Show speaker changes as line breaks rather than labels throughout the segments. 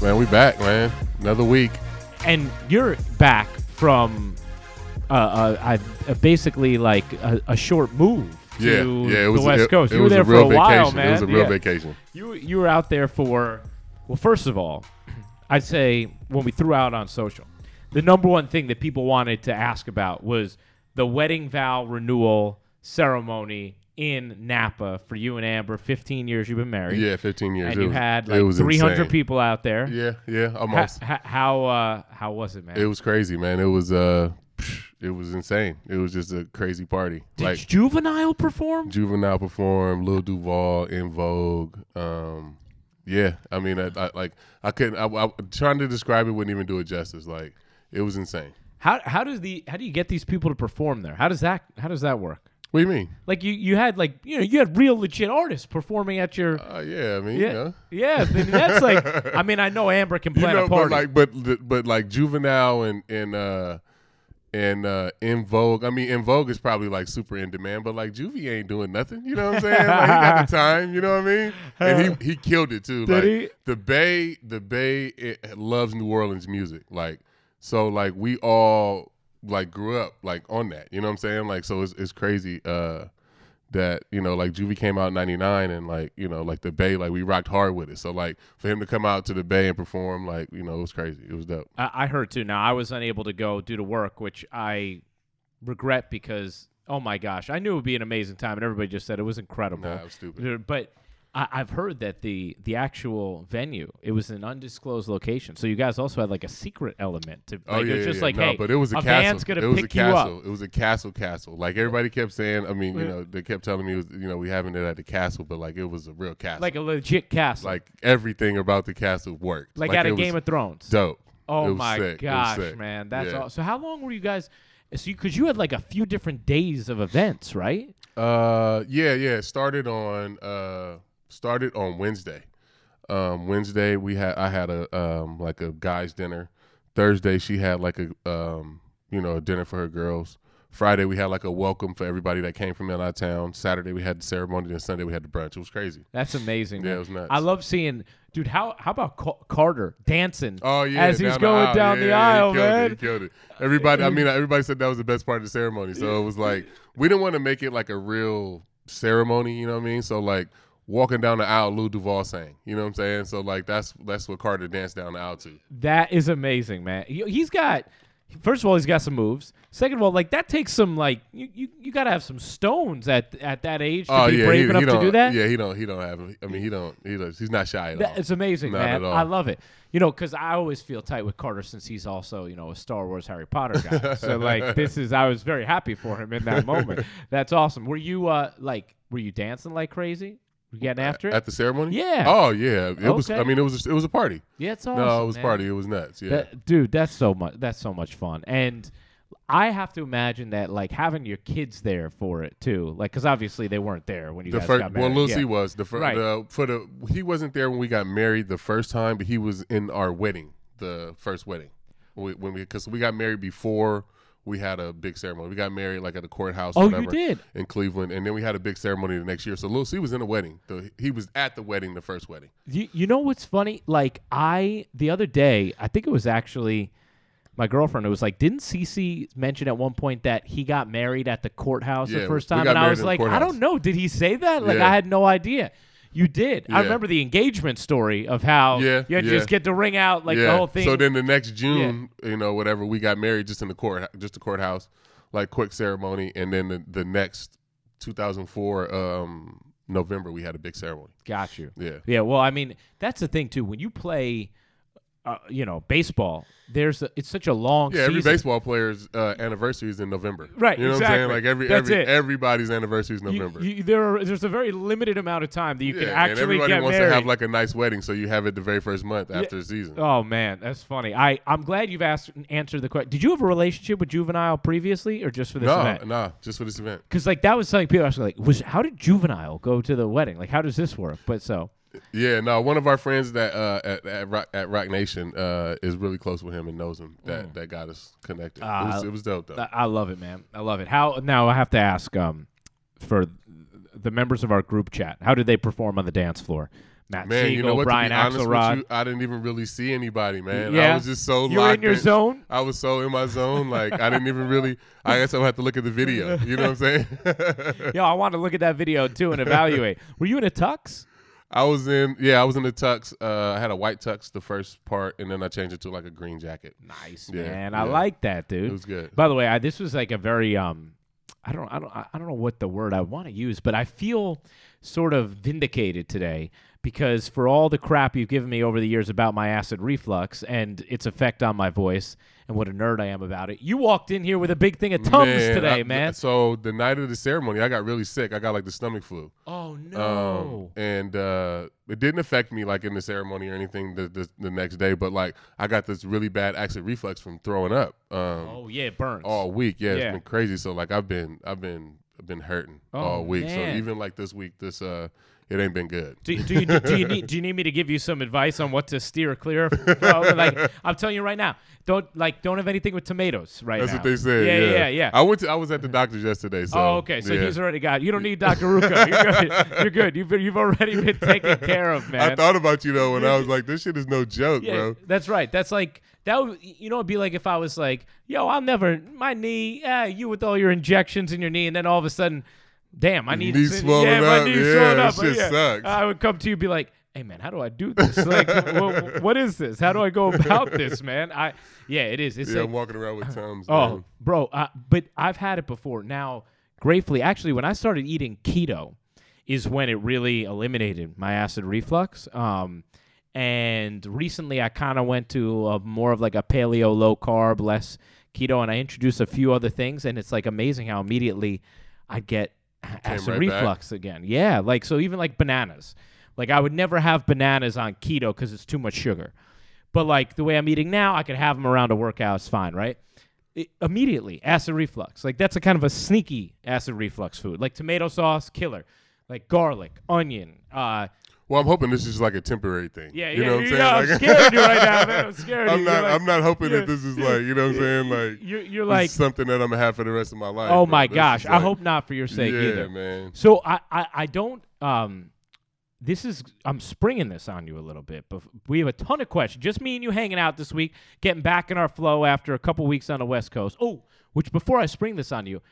Man, we back, man. Another week.
and you're back from uh, uh, I, uh, basically like a, a short move to
Yeah, yeah. It was
the West
it,
Coast.
It
you were
was
there
a real
for
vacation.
a while, man.
It was a real
Yeah.
vacation.
You you were out there for well, first of all, I'd say when we threw out on social, the number one thing that people wanted to ask about was the wedding vow renewal ceremony in Napa for you and Amber. Fifteen years you've been married,
Yeah, 15 years.
and
it
you
was,
had
it
like
was
three hundred
insane.
people out there.
Yeah, yeah,
Ha-
almost.
ha- how uh, how was it, man?
it was crazy, man. It was uh, it was insane. It was just a crazy party.
Did
like
Juvenile perform?
Juvenile performed, Lil Duval in Vogue. Um, yeah, I mean, I, I like I couldn't. I, I, trying to describe it wouldn't even do it justice. Like it was insane.
How how does the how do you get these people to perform there? How does that how does that work?
What do you mean?
Like you you had like you know you had real legit artists performing at your
Uh, yeah, I mean,
yeah
you know.
yeah. I mean, that's like I mean I know Amber can
You
plan
know,
a party.
but like, but the- but like juvenile and and uh and uh in vogue. I mean, in vogue is probably like super in demand, but like Juvie ain't doing nothing. You know what I'm saying? like, he got the time. You know what I mean? And he he killed it too.
Did
like
he?
the Bay, the Bay it loves New Orleans music. Like so, like we all like grew up like on that. You know what I'm saying? Like so, it's it's crazy. Uh, that you know like juvie came out in 99 and like you know like the bay like we rocked hard with it so like for him to come out to the bay and perform like you know it was crazy it was dope
I, I heard too. Now I was unable to go due to work, which I regret because oh my gosh, I knew it would be an amazing time, and everybody just said it was incredible.
Nah, it was stupid.
There- But I, I've heard that the the actual venue it was an undisclosed location, so you guys also had like a secret element to. Like,
oh yeah
it was just
yeah.
like
no,
hey,
but it was a, castle
band's gonna
it was
pick
a castle
you up.
it was a castle castle like everybody kept saying i mean you
Yeah.
know they kept telling me it was you know we having it at the castle but like it was a real castle
Like a legit castle.
like everything about the castle worked
like, at
it
a
was
Game of Thrones.
dope It
Oh
was
my
sick. It was
gosh,
sick.
man, that's
Yeah.
all. So how long were you guys? So because you, had like a few different days of events, right?
Uh, yeah, yeah. It Started on uh started on Wednesday. Um, Wednesday we had I had a um like a guys dinner. Thursday she had like a um you know a dinner for her girls. Friday we had like a welcome for everybody that came from out of town. Saturday we had the ceremony. Then Sunday we had the brunch. It was crazy.
That's amazing.
Yeah,
man.
it was nuts.
I love seeing, dude. How how about Ca- Carter dancing?
Oh yeah,
as he's
down the
going
aisle.
down
Yeah,
the
yeah,
aisle,
he killed
man.
It, he killed it. Everybody, I mean, everybody said that was the best part of the ceremony. So it was like we didn't want to make it like a real ceremony. You know what I mean? So like walking down the aisle, Lou Duvall sang. You know what I'm saying? So like that's that's what Carter danced down the aisle to.
That is amazing, man. He, he's got. First of all, he's got some moves. Second of all, like that takes some like you you, you got to have some stones at at that age to
oh
be
yeah,
brave
he,
enough
he
to
don't,
do that.
Yeah, he don't he don't have. him. I mean, he don't he does, he's not shy at all.
That, it's amazing,
Not
man.
at all.
I love it. You know, because I always feel tight with Carter since he's also, you know, a Star Wars Harry Potter guy. so like, this is I was very happy for him in that moment. That's awesome. Were you uh like were you dancing like crazy? Were you getting after it?
Uh, at the ceremony?
Yeah.
Oh yeah. It was.
Okay.
I mean, it was. It was a party.
yeah, it's awesome.
no, it was a
man.
party. It was nuts. Yeah.
That- dude, that's so much. That's so much fun. And I have to imagine that like having your kids there for it too, like because obviously they weren't there when you
the
guys
first
got
well
married.
Lucy
Yeah.
was the first
Right.
the, for the he wasn't there when we got married the first time but he was in our wedding the first wedding we, when we because we got married before we had a big ceremony we got married like at a courthouse
Oh, you
whatever,
did?
in Cleveland and then we had a big ceremony the next year so Lucy was in the wedding the, he was at the wedding the first wedding
You, you know what's funny? Like I the other day, I think it was actually my girlfriend. It was like, didn't Cece mention at one point that he got married at the courthouse
Yeah,
the first
we
time?
got
And I
married
was
in the
like, I
courthouse.
don't know. Did he say that? Like
Yeah.
I had no idea. You did. I
Yeah.
remember the engagement story of how
Yeah,
you had to
yeah.
just get the ring out, like
yeah
the whole thing.
so then the next June you know whatever we got married just in the court just the courthouse like quick ceremony and then the, the next 2004 um November we had a big ceremony
got you.
yeah
Yeah, well, I mean, that's the thing too. When you play uh, you know, baseball, there's a, it's such a long
Yeah, every
season.
baseball player's uh, anniversary is in November.
Right,
You know what I'm saying?
exactly.
Like every
That's
every
it.
everybody's anniversary is
You-
November.
you- there are, there's a very limited amount of time that you can
yeah, and
actually
everybody
get
wants
married.
to have like a nice wedding, so you have it the very first month after the season.
oh man, that's funny. I I'm glad you've asked answered the question. Did you have a relationship with Juvenile previously, or just for this
no,
event?
no, just for this event.
Because like that was something people asked me, like, was how did Juvenile go to the wedding? Like, how does this work? But so
Yeah, no. One of our friends that uh, at at Rock, at Rock Nation uh, is really close with him and knows him. That
Mm.
that got us connected.
Ah,
it, was, it was dope though.
I, I love it, man. I love it. How now? I have to ask um for the members of our group chat. How did they perform on the dance floor? Matt
man,
Siegel,
you know what?
Brian
to be honest
Axelrod.
with you, I didn't even really see anybody, man.
Yeah.
I was just so
You were
locked
in your zone?
I was so in my zone, like I didn't even really. I guess I'll have to look at the video. You know what I'm saying?
Yo, I want to look at that video too and evaluate. Were you in a tux?
I was in, yeah, I was in the tux. Uh, I had a white tux the first part, and then I changed it to like a green jacket.
Nice,
Yeah,
man. I
yeah.
like that, dude.
It was good.
By the way, I, this was like a very um, I don't, I don't, I don't know what the word I want to use, but I feel sort of vindicated today because for all the crap you've given me over the years about my acid reflux and its effect on my voice and what a nerd I am about it, you walked in here with a big thing of tums today,
I-
man.
So the night of the ceremony, I got really sick. I got like the stomach flu.
oh no.
Um, and uh, it didn't affect me like in the ceremony or anything the, the, the next day, but like I got this really bad acid reflux from throwing up um,
oh yeah, it burns.
all week. Yeah,
Yeah.
it's been crazy. So like I've been I've been I've been hurting
Oh,
all week.
man.
So even like this week, this uh, it ain't been good.
Do, do, you, do, you need, do you need me to give you some advice on what to steer clear from? Like I'm telling you right now, don't like don't have anything with tomatoes right
That's
now.
what they said.
Yeah,
Yeah,
yeah, yeah.
I went to I was at the doctor's yesterday. So
oh, okay. So
yeah.
he's already got. You don't need Dr. Ruka. You're good. You're good. You've, you've already been taken care of, man.
I thought about you though when I was like, this shit is no joke,
yeah,
bro.
that's right. That's like that. Would, you know, it'd be like if I was like, "Yo, I'll never my knee. Ah, you with all your injections in your knee, and then all of a sudden, damn, my knee.
Knee's swollen
yeah, my
up.
knee's
Yeah,
swollen
that
up.
shit
yeah.
sucks.
I would come to you, and be like, "Hey, man, how do I do this? Like, wh- wh- what is this? How do I go about this, man? I yeah, it is. It's
Yeah,
like-
I'm walking around with Tom's.
Oh, bro, uh, but I've had it before. Now, gratefully, actually, when I started eating keto, is when it really eliminated my acid reflux. Um, and recently, I kind of went to a, more of like a paleo, low carb, less keto, and I introduced a few other things, and it's like amazing how immediately I get acid
right back.
reflux again. Yeah, like so, even like bananas. Like I would never have bananas on keto because it's too much sugar. But like the way I'm eating now, I could have them around a workout. It's fine, right? I- immediately acid reflux. Like that's a kind of a sneaky acid reflux food. Like tomato sauce, killer. Like garlic, onion. Uh,
Well, I'm hoping this is like a temporary thing.
yeah,
you
yeah,
know what I'm
yeah,
saying.
I'm
Like-
scared of you right now, man. I'm scared. of
I'm
you.
not.
You're like-
I'm not hoping
yeah.
that this is like you know what I'm saying. Like
You're, you're
this is
like,
something that I'm gonna have for the rest of my life. bro.
oh my
This is
gosh. I
like-
hope not for your sake
yeah,
either.
man.
So I, I, I don't. Um, this is I'm springing this on you a little bit, but we have a ton of questions. Just me and you hanging out this week, getting back in our flow after a couple weeks on the West Coast. Oh, which before I spring this on you,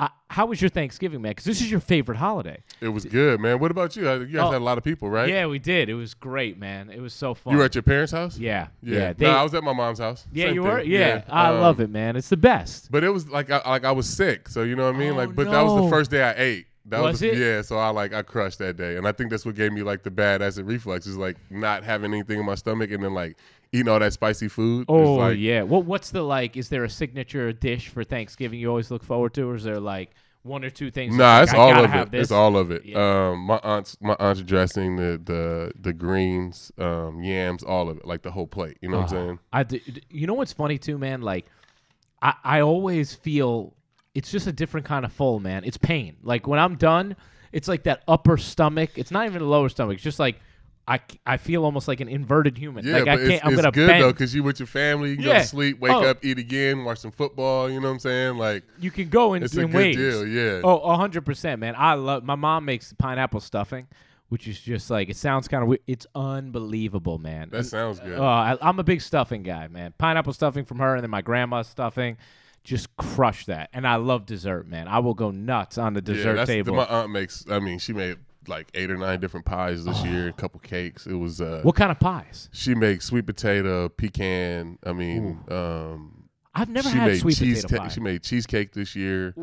uh, how was your Thanksgiving, man? Because this is your favorite holiday.
It was good, man. What about you? I- You guys
Oh.
had a lot of people, right?
Yeah, we did. It was great, man. It was so fun.
You were at your parents' house.
yeah, yeah,
Yeah.
they-
no, I was at my mom's house.
yeah,
Same
you
thing.
were. Yeah, I
Um,
love it, man. It's the best.
But it was like I, like I was sick, so you know what I mean.
Oh,
like, but that was
no.
the first day I ate. That
Was
the-
it?
Yeah, so I like I crushed that day, and I think that's what gave me like the bad acid reflux is like not having anything in my stomach, and then like eating all that spicy food. It's
Oh
like,
yeah. What what's the like? Is there a signature dish for Thanksgiving you always look forward to, or is there like one or two things?
Nah,
that's
it's
like, I
all
gotta
of
have
it.
This?
It's all of it.
Yeah.
Um, my aunt's my aunt's dressing the the the greens, um, yams, all of it, like the whole plate. You know what I'm saying?
I d- d- you know what's funny too, man? Like, I, I always feel it's just a different kind of full, man. It's pain. Like when I'm done, it's like that upper stomach. It's not even the lower stomach. It's just like I, c- I feel almost like an inverted human.
Yeah,
like
but
I can't.
it's,
I'm
it's
gonna
good
bend.
though because you with your family, you can go
Yeah.
to sleep, wake
Oh.
up, eat again, watch some football. You know what I'm saying? Like
you can go in,
it's a
in
good
waves.
deal. Yeah.
Oh, a hundred percent, man. I love. My mom makes pineapple stuffing, which is just like it sounds kind of weird. It's unbelievable, man.
that sounds good.
Oh, I, I'm a big stuffing guy, man. Pineapple stuffing from her, and then my grandma's stuffing. Just crush that, and I love dessert, man. I will go nuts on the
yeah,
dessert
that's,
table.
My aunt makes. I mean, she made like eight or nine different pies this year, a couple cakes. It was. Uh,
Oh. what kind of pies?
she makes sweet potato, pecan. I mean, um,
I've never
she
had
made
sweet
cheesecake.
potato pie.
She made cheesecake this year.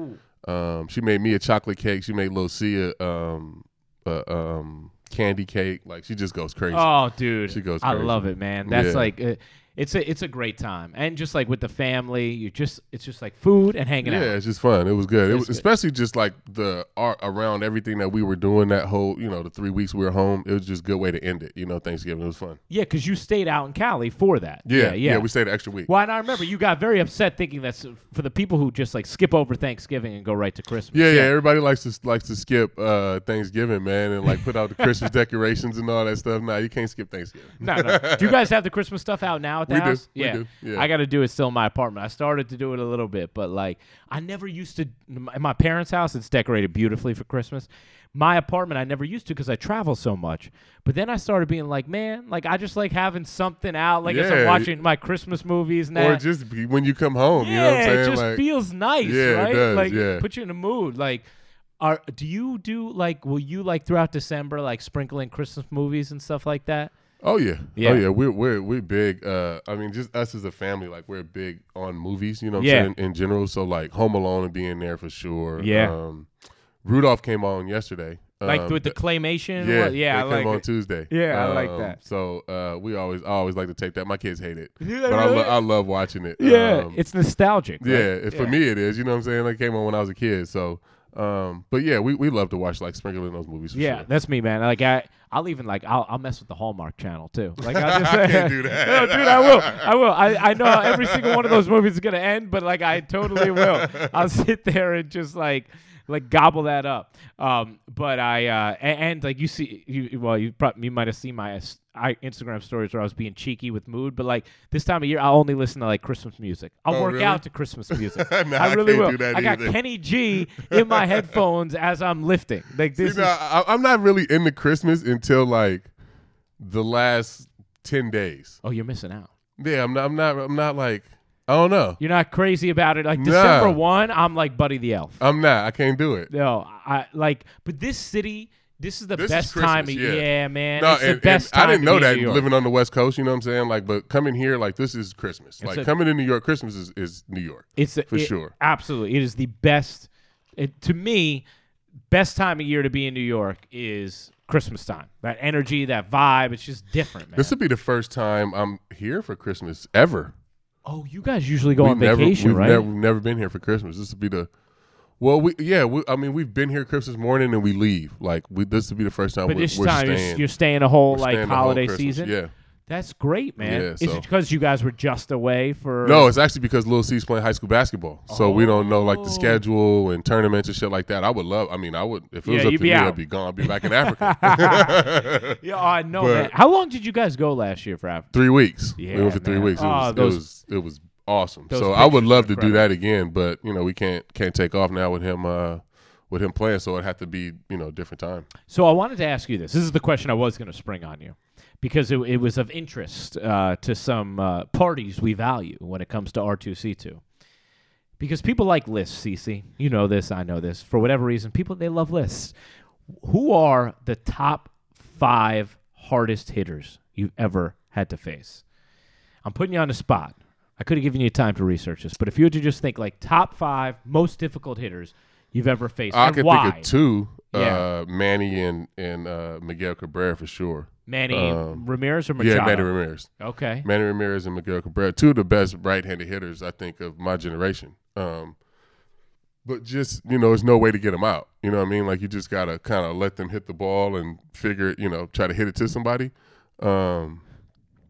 Um, she made me a chocolate cake. She made Lucia um, uh, um, candy cake. Like she just goes crazy.
Oh, dude,
She goes
I
crazy.
love it, man. That's
Yeah.
like uh, it's a it's a great time, and just like with the family, you just it's just like food and hanging
yeah,
out.
it's just fun. It was good. It was
It's good.
especially just like the art around everything that we were doing that whole, you know, the three weeks we were home. It was just a good way to end it. You know, Thanksgiving. It was fun.
Yeah, because you stayed out in Cali for that.
Yeah, yeah. we stayed an extra week.
well, and I remember you got very upset thinking that's for the people who just like skip over Thanksgiving and go right to Christmas.
Yeah, yeah, Everybody likes to likes to skip uh, Thanksgiving, man, and like put out the Christmas decorations and all that stuff. Now you can't skip Thanksgiving.
No, no. Do you guys have the Christmas stuff out now at the
We do.
house?
We
Yeah.
do. Yeah.
I got to do it still in my apartment. I started to do it a little bit, but like I never used to. In my parents' house, it's decorated beautifully for Christmas. My apartment, I never used to because I travel so much. But then I started being like, man, like I just like having something out. Like as I'm
Yeah.
watching my Christmas movies and
Or
that.
just be- when you come home,
yeah,
you know what I'm saying?
it just
like,
feels nice,
Yeah, it
right?
does,
like
yeah.
put you in a mood, like. Are, do you do like will you like throughout December like sprinkle in Christmas movies and stuff like that?
oh yeah,
Yeah.
oh yeah. We're we're we're big. Uh, I mean, just us as a family, like we're big on movies. You know what
Yeah.
I'm saying? In general, so like Home Alone and being there for sure.
Yeah.
Um, Rudolph came on yesterday.
like
Um,
with the claymation.
yeah,
Well, yeah, I
they
like
came on
it.
Tuesday.
Yeah, I like
Um,
that.
So uh, we always, I always like to take that. My kids hate it,
Do they
but I, lo-
really?
I love watching it.
yeah,
Um,
it's nostalgic. right?
Yeah, it- for me it is. You know what I'm saying? Like came on when I was a kid. So, um, but yeah, we, we love to watch like sprinkling those movies. For
Yeah,
sure.
that's me, man. Like I, I'll even like I'll, I'll mess with the Hallmark Channel too. Like I'll just,
I can't do that.
no, dude, I will. I will. I, I know how every single one of those movies is gonna end, but like I totally will. I'll sit there and just like like gobble that up. Um, but I uh, and, and like you see, you well, you probably you might have seen my s- I, Instagram stories where I was being cheeky with mood, but like this time of year, I only listen to like Christmas music. I'll
Oh,
work
really?
out to Christmas music.
Nah,
I
I
really
can't
will.
do that
I got
either.
Kenny G in my headphones as I'm lifting. Like this
You
is
know, I, I'm not really into Christmas until like the last ten days.
Oh, you're missing out.
Yeah, I'm not. I'm not. I'm not like. I don't know.
You're not crazy about it. Like
Nah.
December one, I'm like Buddy the Elf.
I'm not. I can't do it.
No, I like, but this city, this is the
This is
best
Christmas,
time. Of,
yeah.
yeah, man,
No,
it's
and,
the best
and
time.
I didn't know
to be in
that
New York.
living on the West Coast. You know what I'm saying? Like, but coming here, like this is Christmas. like
a-
coming to New York, Christmas is, is New York.
It's
For
it-
sure.
absolutely. It is the best. It, to me, best time of year to be in New York is Christmas time. That energy, that vibe, it's just different, man.
This would be the first time I'm here for Christmas ever.
oh, you guys usually go on
never,
vacation,
we've
right?
Never, we've never been here for Christmas. This would be the well, we yeah. We, I mean, we've been here Christmas morning and we leave. Like we, this would be the first time
but
we're,
this
we're
time, you're,
staying.
you're staying a whole
we're
like
staying the whole
holiday
Christmas.
season.
Yeah.
That's great, man.
Yeah,
Is
so-
it because you guys were just away for?
No, it's actually because Lil C's playing high school basketball, so we don't know like
Oh.
the schedule and tournaments and shit like that. I would love. I mean, I would if it was
Yeah,
up
you'd
to
be
me,
out.
I'd be gone. I'd be back in Africa.
Yeah, I know,
But-
man. How long did you guys go last year for Africa?
three weeks.
Yeah,
we went for three
man.
weeks. It
Oh,
was,
those-
it was it was awesome.
those
So I would
pictures
love
are
to do that again, but you know we can't can't take off now with him uh with him playing. So it'd have to be you know a different time.
So I wanted to ask you this. This is the question I was going to spring on you because it, it was of interest uh, to some uh, parties we value when it comes to R2C2. Because people like lists, Cece. You know this, I know this. For whatever reason, people, they love lists. Who are the top five hardest hitters you've ever had to face? I'm putting you on the spot. I could have given you time to research this, but if you were to just think like top five most difficult hitters you've ever faced,
I
and
can
why?
think of two.
Yeah.
Uh, Manny and and uh, Miguel Cabrera for sure.
Manny
Um,
Ramirez or Machado?
Yeah, Manny Ramirez,
Okay.
Manny Ramirez and Miguel Cabrera, two of the best right-handed hitters I think of my generation. Um, but just you know, there's no way to get them out. You know what I mean? Like you just gotta kind of let them hit the ball and figure, it, you know, try to hit it to somebody. Um,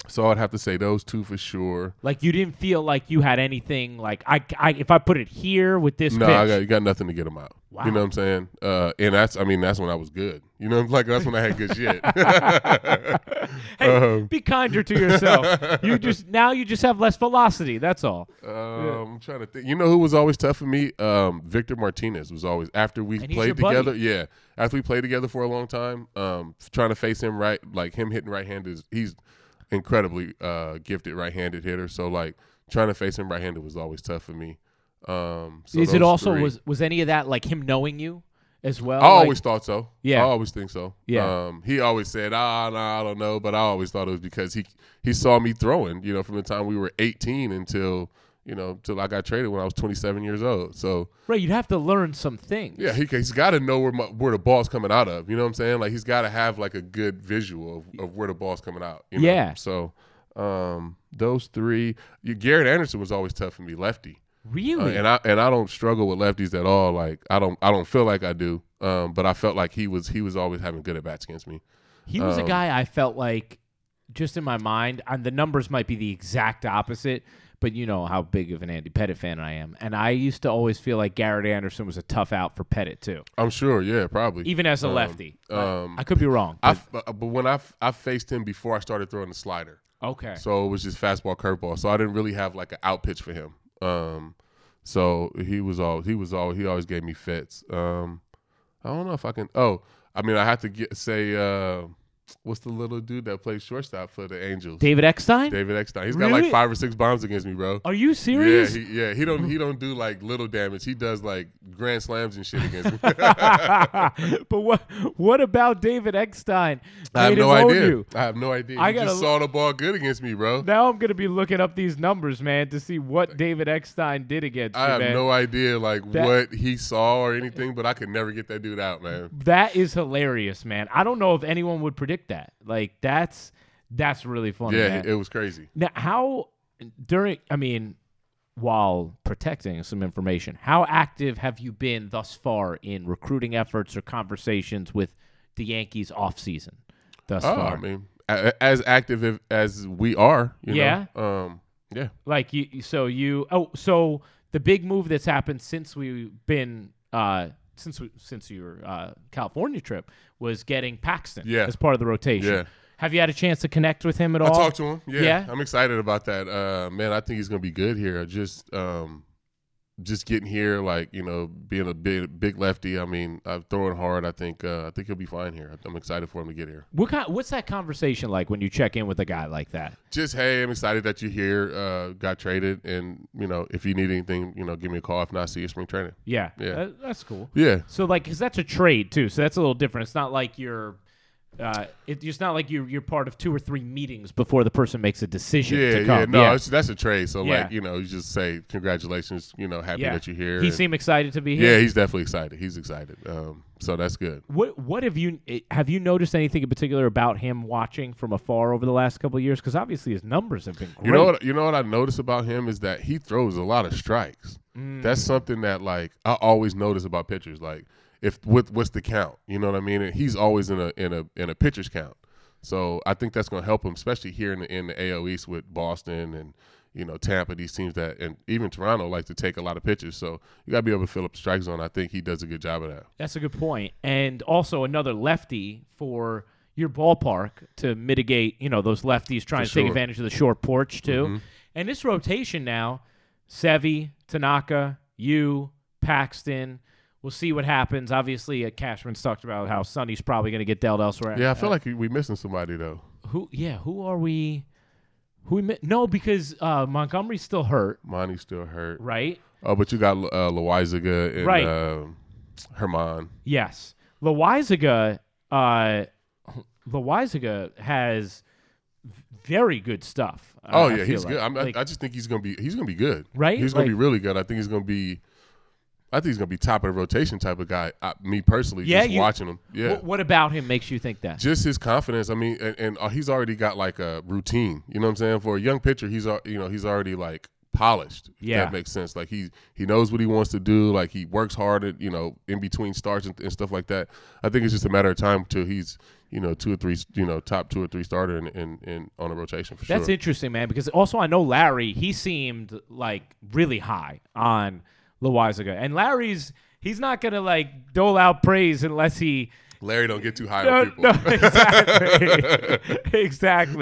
so I'd have to say those two for sure.
Like you didn't feel like you had anything. Like I, I if I put it here with this
No,
pitch,
I got, you got nothing to get them out.
Wow.
You know what I'm saying? Uh, and that's, I mean, that's when I was good. You know, like that's when I had good shit.
hey,
um,
be kinder to yourself. you just now you just have less velocity. That's all.
Um, I'm trying to think. You know who was always tough for me? Um, Victor Martinez was always after we
And he's your
played
buddy.
together. Yeah, after we played together for a long time. Um, trying to face him right, like him hitting right-handed. is- He's incredibly uh, gifted right-handed hitter. So like trying to face him right-handed was always tough for me. Um, so
Is it
those
also
three.
was was any of that like him knowing you as well?
I
Like,
always thought so.
Yeah.
I always think so.
Yeah.
Um, he always said, "Ah, no, I don't know," but I always thought it was because he he saw me throwing. You know, from the time we were 18 until you know, till I got traded when I was 27 years old. So
Right, you'd have to learn some things.
yeah, he, uh, he's got to know where my, where the ball's coming out of. You know what I'm saying? Like he's got to have like a good visual of, of where the ball's coming out. You know?
Yeah.
So um, those three, you, Garrett Anderson was always tough for me, lefty. Uh,
really?
and I and I don't struggle with lefties at all. Like I don't I don't feel like I do. Um, but I felt like he was he was always having good at bats against me.
he was a
um,
guy I felt like, just in my mind, and the numbers might be the exact opposite, but you know how big of an Andy Pettit fan I am. And I used to always feel like Garrett Anderson was a tough out for Pettit, too,
I'm sure. Yeah, probably.
even as a
Um,
lefty.
um,
I could be wrong.
I
but-
f- uh, but but when I, f- I faced him before I started throwing the slider,
okay.
so it was just fastball, curveball. So I didn't really have like an out pitch for him. Um, so he was all he was all he always gave me fits. Um, I don't know if I can. Oh, I mean, I have to get say uh, what's the little dude that plays shortstop for the Angels?
David Eckstein?
David Eckstein. He's got like
Really?
five or six bombs against me, bro.
Are you serious?
Yeah, he, yeah, he don't he don't do like little damage. He does like grand slams and shit against me.
but what what about David Eckstein?
I have
made him
no
own
idea.
you?
I have no idea.
I
he
gotta
just saw the ball good against me, bro.
Now I'm gonna be looking up these numbers, man, to see what David Eckstein did against
I
you,
have
man.
no idea like
That-
what he saw or anything, but I could never get that dude out, man.
that is hilarious, man. I don't know if anyone would predict that. Like that's that's really funny.
yeah,
man.
it was crazy.
now how during I mean, while protecting some information, how active have you been thus far in recruiting efforts or conversations with the Yankees off season thus
Oh,
far?
I mean, a- as active if- as we are, you
Yeah.
know. Um, yeah.
Like you, you- so you. Oh, so the big move that's happened since we've been, uh, since we, since your uh, California trip was getting Paxton
Yeah.
as part of the rotation.
Yeah.
Have you had a chance to connect with him at
I
all?
talked to him. Yeah,
Yeah?
I'm excited about that. Uh, man, I think he's gonna be good here. Just, um, just getting here, like you know, being a big, big lefty. I mean, I'm throwing hard. I think, uh, I think he'll be fine here. I'm excited for him to get here.
what kind, What's that conversation like when you check in with a guy like that?
Just hey, I'm excited that you're here. Uh, got traded, and you know, if you need anything, you know, give me a call. If not, see you spring training.
Yeah.
Yeah.
That- that's cool.
Yeah.
So like, cause that's a trade too. So that's a little different. It's not like you're. Uh, it, it's not like you're you're part of two or three meetings before the person makes a decision
Yeah,
to come.
yeah, no, It's, that's a trade. So
Yeah.
like, you know, you just say congratulations. You know, happy
Yeah.
that you're here.
He
and-
seemed excited to be here.
yeah, he's definitely excited. He's excited. Um, so that's good.
What what have you eh, have you noticed anything in particular about him watching from afar over the last couple of years? Because obviously his numbers have been great.
You know what? You know what I notice about him is that he throws a lot of strikes. That's something that like I always notice about pitchers. Like if with what's the count? You know what I mean? And he's always in a in a in a pitcher's count. So I think that's going to help him, especially here in the in the AL East with Boston and you know Tampa. These teams that and even Toronto like to take a lot of pitches. So you got to be able to fill up the strike zone. I think he does a good job of that.
That's a good point. And also another lefty for your ballpark to mitigate, you know, those lefties trying
For
to
sure. Mm-hmm.
take advantage of the short porch too. And this rotation now, Sevi, Tanaka, you, Paxton. We'll see what happens. Obviously, uh, Cashman's talked about how Sonny's probably going to get dealt elsewhere.
Yeah, I feel like we missing somebody though.
Who? Yeah. Who are we? Who we? mi- No, because uh, Montgomery's still hurt,
Monty's still hurt.
right?
Oh, but you got uh, Loizaga and
Right.
um, Herman.
Yes. Loizaga, uh, Loizaga has v- very good stuff. I-
Oh
I
yeah,
feel
he's
like.
good. I'm, I-
Like,
I, just think he's gonna be he's gonna be good.
Right?
He's gonna
Like-
be really good. I think he's gonna be. I think he's gonna be top of the rotation type of guy. I, me personally,
Yeah,
just
you-
watching him. Yeah.
what, what about him makes you think that?
just his confidence. I mean, and, and uh, he's already got like a routine. You know what I'm saying? For a young pitcher, he's al- you know he's already like polished. If
Yeah.
that makes sense. Like he he knows what he wants to do. Like he works hard at you know in between starts and, and stuff like that. I think it's just a matter of time till he's you know two or three you know top two or three starter in in, in on a rotation for
That's
sure.
interesting, man, because also I know Larry, he seemed like really high on Loizaga. And Larry's, he's not going to like dole out praise unless he
Larry don't get too high
No,
on people.
no, exactly.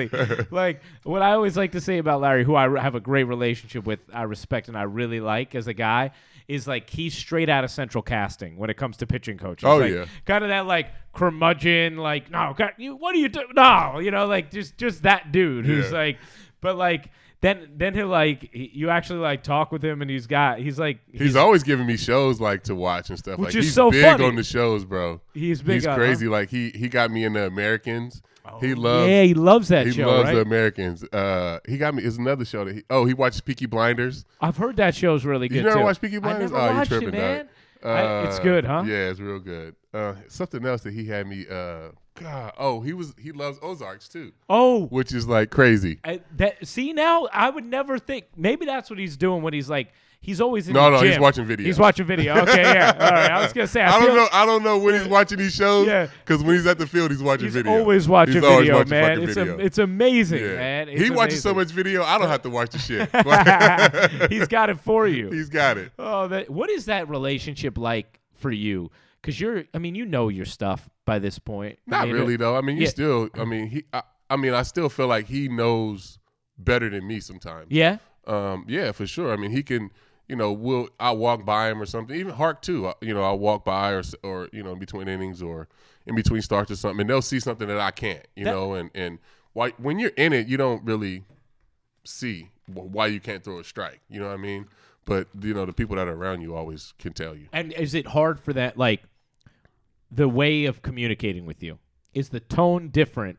exactly. Like what I always like to say about Larry, who I re- have a great relationship with, I respect and I really like as a guy, is like he's straight out of central casting when it comes to pitching coaches.
Oh,
Like,
yeah.
kind of that like curmudgeon, like no, God, you, what are you doing? No, you know, like just just that dude who's
Yeah.
like, but like. Then, then he'll like he- you actually like talk with him and he's got he's like
He's, always giving me shows like to watch and stuff.
Which
like,
is
he's
so
big
funny.
on the shows, bro.
He's big
He's
on- Oh,
crazy. Like he he got me into Americans. He loves
yeah, he loves that
he
show,
loves
right?
the Americans. Uh, he got me. It's another show that he. Oh, he watches Peaky Blinders.
I've heard that show's really
Did you
good
never
too.
watch Peaky Blinders?
never
oh,
watched it,
you tripping, dog. Uh,
man. I- it's good, huh?
Yeah, it's real good. Uh, something else that he had me. Uh, God, oh, he was he loves Ozarks too,
Oh,
which is like crazy.
I, that see now I would never think. Maybe that's what he's doing when he's like he's always in
No,
the
no, he's
gym.
watching video.
He's watching video. Okay, yeah. All right, I was gonna say I,
I,
feel
don't know. I don't know when he's watching these shows.
Yeah.
because when he's at the field, he's watching
He's
video.
always watching
He's
video,
always watching
man.
fucking
It's
video.
a, it's amazing,
Yeah.
man.
he watches so
much.
much video. I don't have to watch the shit.
he's got it for you.
he's got it.
Oh, that what is that relationship like for you? Because you're, I mean, you know your stuff by this point. I
Not
mean,
really though. I mean, you
yeah.
still. I mean, he. I, I mean, I still feel like he knows better than me sometimes.
Yeah.
Um, yeah, for sure. I mean, he can. You know, will I walk by him or something? Even Hark too. I- You know, I walk by or s- or you know, in between innings or in between starts or something, and they'll see something that I can't. You
That-
know, and and why when you're in it, you don't really see wh- why you can't throw a strike. You know what I mean? But you know, the people that are around you always can tell you.
And is it hard for that? Like, the way of communicating with you is the tone different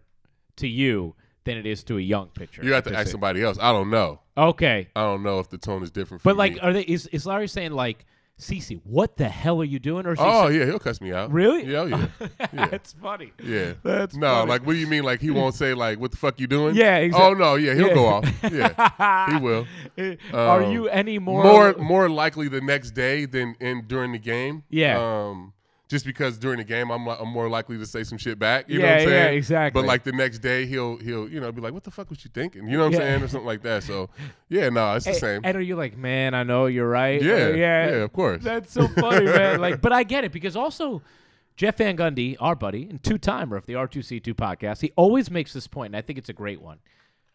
to you than it is to a young pitcher.
You have to ask somebody else. I don't know.
Okay,
I don't know if the tone is different. For
but like, uh,
me.
are they? Is is Larry saying like, Cece, what the hell are you doing? Or is he
Oh yeah, he'll cuss me out.
Really?
Yeah, oh, yeah,
saying- that's funny.
yeah.
That's
no,
funny.
like, what do you mean? Like, he won't say like, "What the fuck you doing?"
Yeah, exact-
Oh no, yeah, he'll
Yeah.
go off. Yeah, he will.
are
Um,
you any more?
More, more likely the next day than in during the game.
Yeah.
Um, just because during the game, I'm, li- I'm more likely to say some shit back. You know
Yeah,
what I'm
yeah,
saying?
exactly.
But like the next day, he'll he'll you know be like, "What the fuck was you thinking?" You know what I'm
Yeah.
saying, or something like that. So yeah, no, it's the
A-
same.
And are you like, man? I know you're right.
yeah,
Uh, yeah,
of course.
That's so funny, man. Like, but I get it because also Jeff Van Gundy, our buddy and two timer of the R2C2 podcast, he always makes this point, and I think it's a great one.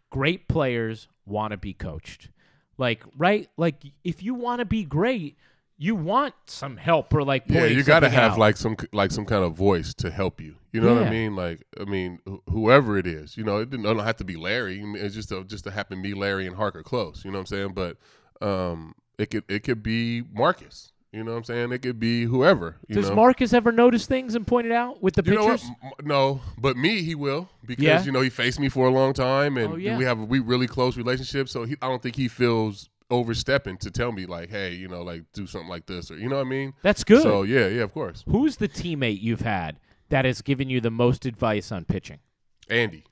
Great players want to be coached. Like, right? Like, if you want to be great, you want some help or like.
Yeah,
pointing
you got to
something
have
out.
like some like some kind of voice to help you. You know what
Yeah.
I mean? Like, I mean, wh- whoever it is, you know, it didn't it don't have to be Larry. I mean, It's just a, just to happen me, Larry, and Harker close. You know what I'm saying? But um, it could it could be Marcus. You know what I'm saying? It could be whoever. You
Does
know?
Marcus ever notice things and point it out with the
You know what?
pictures?
M- m- No, but me, he will because
Yeah.
you know he faced me for a long time, and
Oh, yeah.
we have a we really close relationship. So he, I don't think he feels overstepping to tell me like, hey, you know, like do something like this or you know what I mean.
That's good.
So yeah, yeah, of course,
Who's the teammate you've had that has given you the most advice on pitching?
Andy,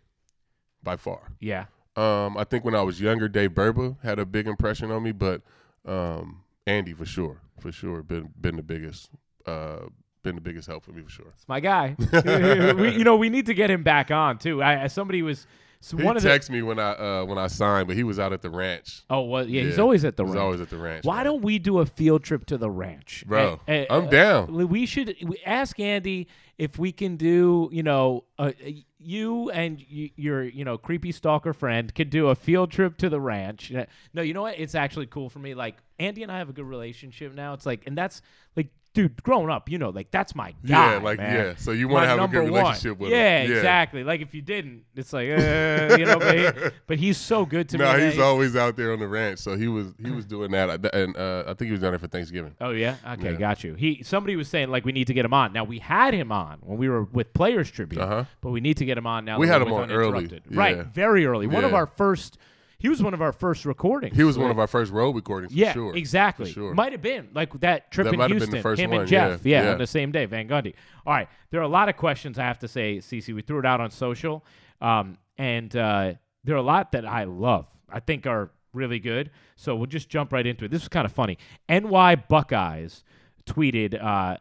by far.
Yeah.
Um, I think when I was younger, Dave Berba had a big impression on me, but um, Andy for sure, for sure, been been the biggest, uh, been the biggest help for me for sure.
It's my guy. we, you know, we need to get him back on too. I, I- somebody was s-
He
one of the.
texted me when I uh, when I signed, but he was out at the ranch.
Oh well, yeah, he's
Yeah,
always at the
He's
ranch.
always at the ranch.
Why
man.
don't we do a field trip to the ranch,
Bro,
Eh, eh,
I'm
uh,
down.
li- We should we ask Andy if we can do. You know, uh, you and y- your you know creepy stalker friend could do a field trip to the ranch. Yeah. No, you know what? It's actually cool for me. Like Andy and I have a good relationship now. It's like, and that's like, dude, growing up, you know, like that's my guy.
Yeah, like
man.
yeah. So you want to
my
have a
number
good relationship
one.
with
yeah,
him?
exactly. Like if you didn't, it's like uh, you know. But, he- but he's so good to
No,
me.
he's
that-
always out there on the ranch. So he was he was doing that, and uh, I think he was down there for Thanksgiving.
Oh yeah. Okay,
Yeah.
got you. He somebody was saying like we need to get him on. Now we had him on when we were with Players Tribute,
Uh-huh.
but we need to get him on now.
We had
that we're
him
with
on early.
Uninterrupted.
Yeah.
right? Very early. One of
Yeah.
our first. He was one of our first recordings.
He was one of our first road recordings. For
Yeah,
sure. For
exactly.
sure.
Might have been like that trip
That
in
might have been
Houston.
the first
him
one,
and Jeff,
yeah, yeah.
on the same day. Van Gundy. All right, there are a lot of questions I have to say, Cece. We threw it out on social, um, and uh, there are a lot that I love. I think are really good. So we'll just jump right into it. This is kind of funny. NY Buckeyes tweeted uh,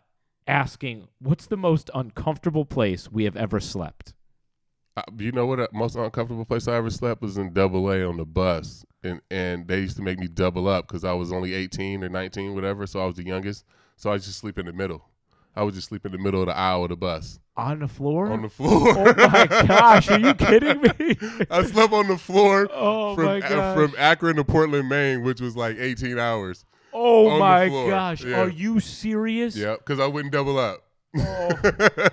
asking, "What's the most uncomfortable place we have ever slept?"
Uh, you know what? The most uncomfortable place I ever slept was in Double A on the bus, and and they used to make me double up because I was only eighteen or nineteen, whatever. So I was the youngest, so I was just sleep in the middle. I would just sleep in the middle of the aisle of the bus
On the floor.
on the floor.
oh my gosh! Are you kidding me?
I slept on the floor
Oh
from
my
uh,
gosh.
from Akron to Portland, Maine, which was like eighteen hours.
Oh
on the
my
floor.
gosh.
Yeah.
Are you serious?
Yeah, because I wouldn't double up.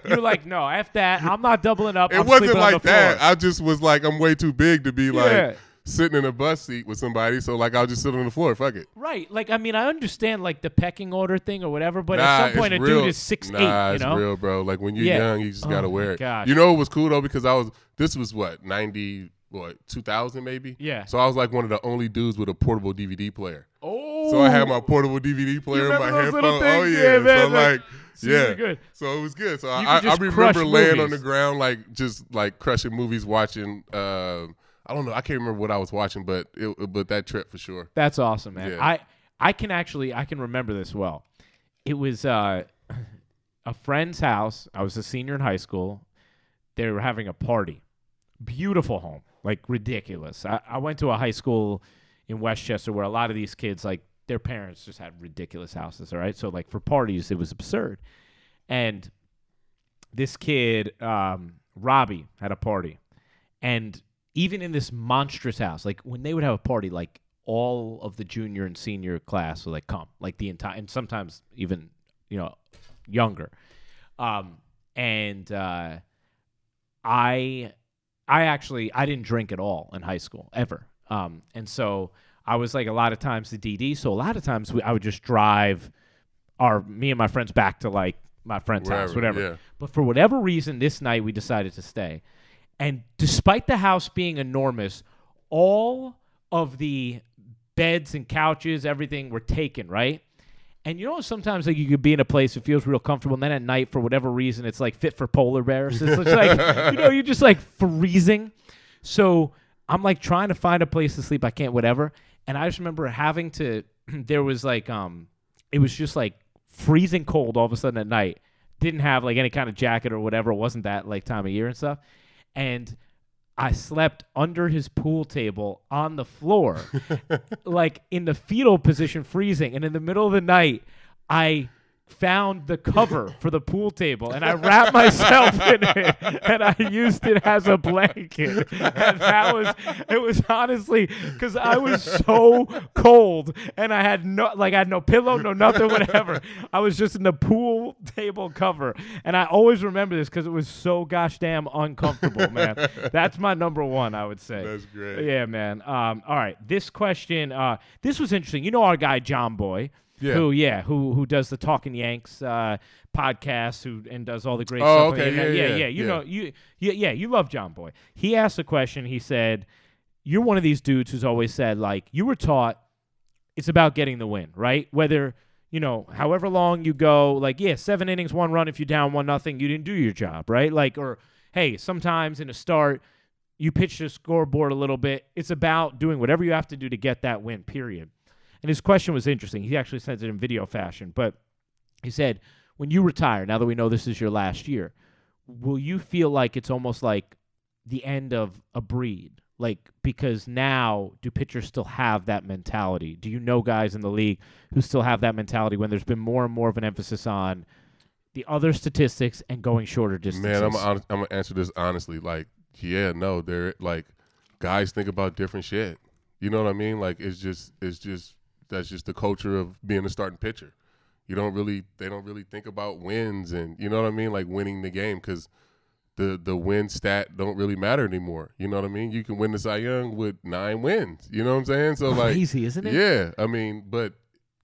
You're like, no, F that. I'm not doubling up.
It
I'm
wasn't
sleeping on
like
the floor.
that. I just was like, I'm way too big to be like,
Yeah.
sitting in a bus seat with somebody, so like I'll just sit on the floor. Fuck it.
Right. Like, I mean, I understand like the pecking order thing or whatever, but
Nah,
at some point, a
it's
dude
real.
is six
nah,
eight. You
it's
know.
real, bro. Like when you're
Yeah.
young, you just
Oh
gotta
my
wear it.
gosh.
You know what was cool though, because I was this was what ninety what two thousand maybe.
Yeah.
So I was like one of the only dudes with a portable DVD player.
Oh.
So I had my portable DVD player and my
remember
headphone.
those little
Oh
things?
yeah,
Yeah, man,
so
like,
like,
these are
yeah,
good.
so it was good. So
could
I, I, I
just crush
remember laying on the
movies.
ground like just like crushing movies, watching. Uh, I don't know, I can't remember what I was watching, but it, but that trip for sure.
That's awesome, man.
Yeah.
I I can actually I can remember this well. It was uh, a friend's house. I was a senior in high school. They were having a party. Beautiful home, like ridiculous. I, I went to a high school in Westchester where a lot of these kids, like their parents, just had ridiculous houses. All right, so like for parties, it was absurd. And this kid, um, Robbie, had a party. And even in this monstrous house, like when they would have a party, like all of the junior and senior class would like come, like the entire, and sometimes even, you know, younger. Um, and uh, I, I actually, I didn't drink at all in high school ever. Um, and so I was like a lot of times the DD. So a lot of times we, I would just drive our, me and my friends back to like my friend's house,
Wherever,
whatever.
yeah.
But for whatever reason, this night we decided to stay. And despite the house being enormous, all of the beds and couches, everything were taken, right? And you know, sometimes like you could be in a place that feels real comfortable, and then at night, for whatever reason, it's like fit for polar bears. It's just like you know, you're just like freezing. So I'm like trying to find a place to sleep. I can't, whatever. And I just remember having to. There was like, um, it was just like freezing cold all of a sudden at night. Didn't have like any kind of jacket or whatever. It wasn't that like time of year and stuff. And I slept under his pool table on the floor, like in the fetal position, freezing. And in the middle of the night, I found the cover for the pool table and I wrapped myself in it and I used it as a blanket. And that was, it was honestly because I was so cold and I had no, like, I had no pillow, no nothing, whatever. I was just in the pool table cover. And I always remember this because it was so gosh damn uncomfortable, man. That's my number one, I would say.
That's great.
Yeah, man. Um, all right. This question, uh, this was interesting. You know our guy John Boy,
Yeah.
who yeah, who who does the Talking Yanks uh, podcast, who and does all the great
Oh,
stuff. on
okay.
the internet.
Yeah,
yeah,
yeah,
You
yeah.
know, you yeah, yeah, you love John Boy. He asked a question. He said, "You're one of these dudes who's always said like you were taught it's about getting the win, right? Whether you know, however long you go, like yeah, seven innings, one run. If you're down one nothing, you didn't do your job, right? Like, or hey, sometimes in a start, you pitch the scoreboard a little bit. It's about doing whatever you have to do to get that win. Period. And his question was interesting. He actually sent it in video fashion, but he said, "When you retire, now that we know this is your last year, will you feel like it's almost like the end of a breed? Like, because now do pitchers still have that mentality? Do you know guys in the league who still have that mentality when there's been more and more of an emphasis on the other statistics and going shorter distances?
Man, I'm hon- I'm gonna answer this honestly. Like, yeah, no, they're like guys think about different shit. You know what I mean? Like, it's just it's just that's just the culture of being a starting pitcher. You don't really they don't really think about wins and you know what I mean, like winning the game because the the win stat don't really matter anymore. You know what I mean? You can win the Cy Young with nine wins. You know what I'm saying?
Oh,
So like,
Crazy, isn't it?
yeah, I mean, but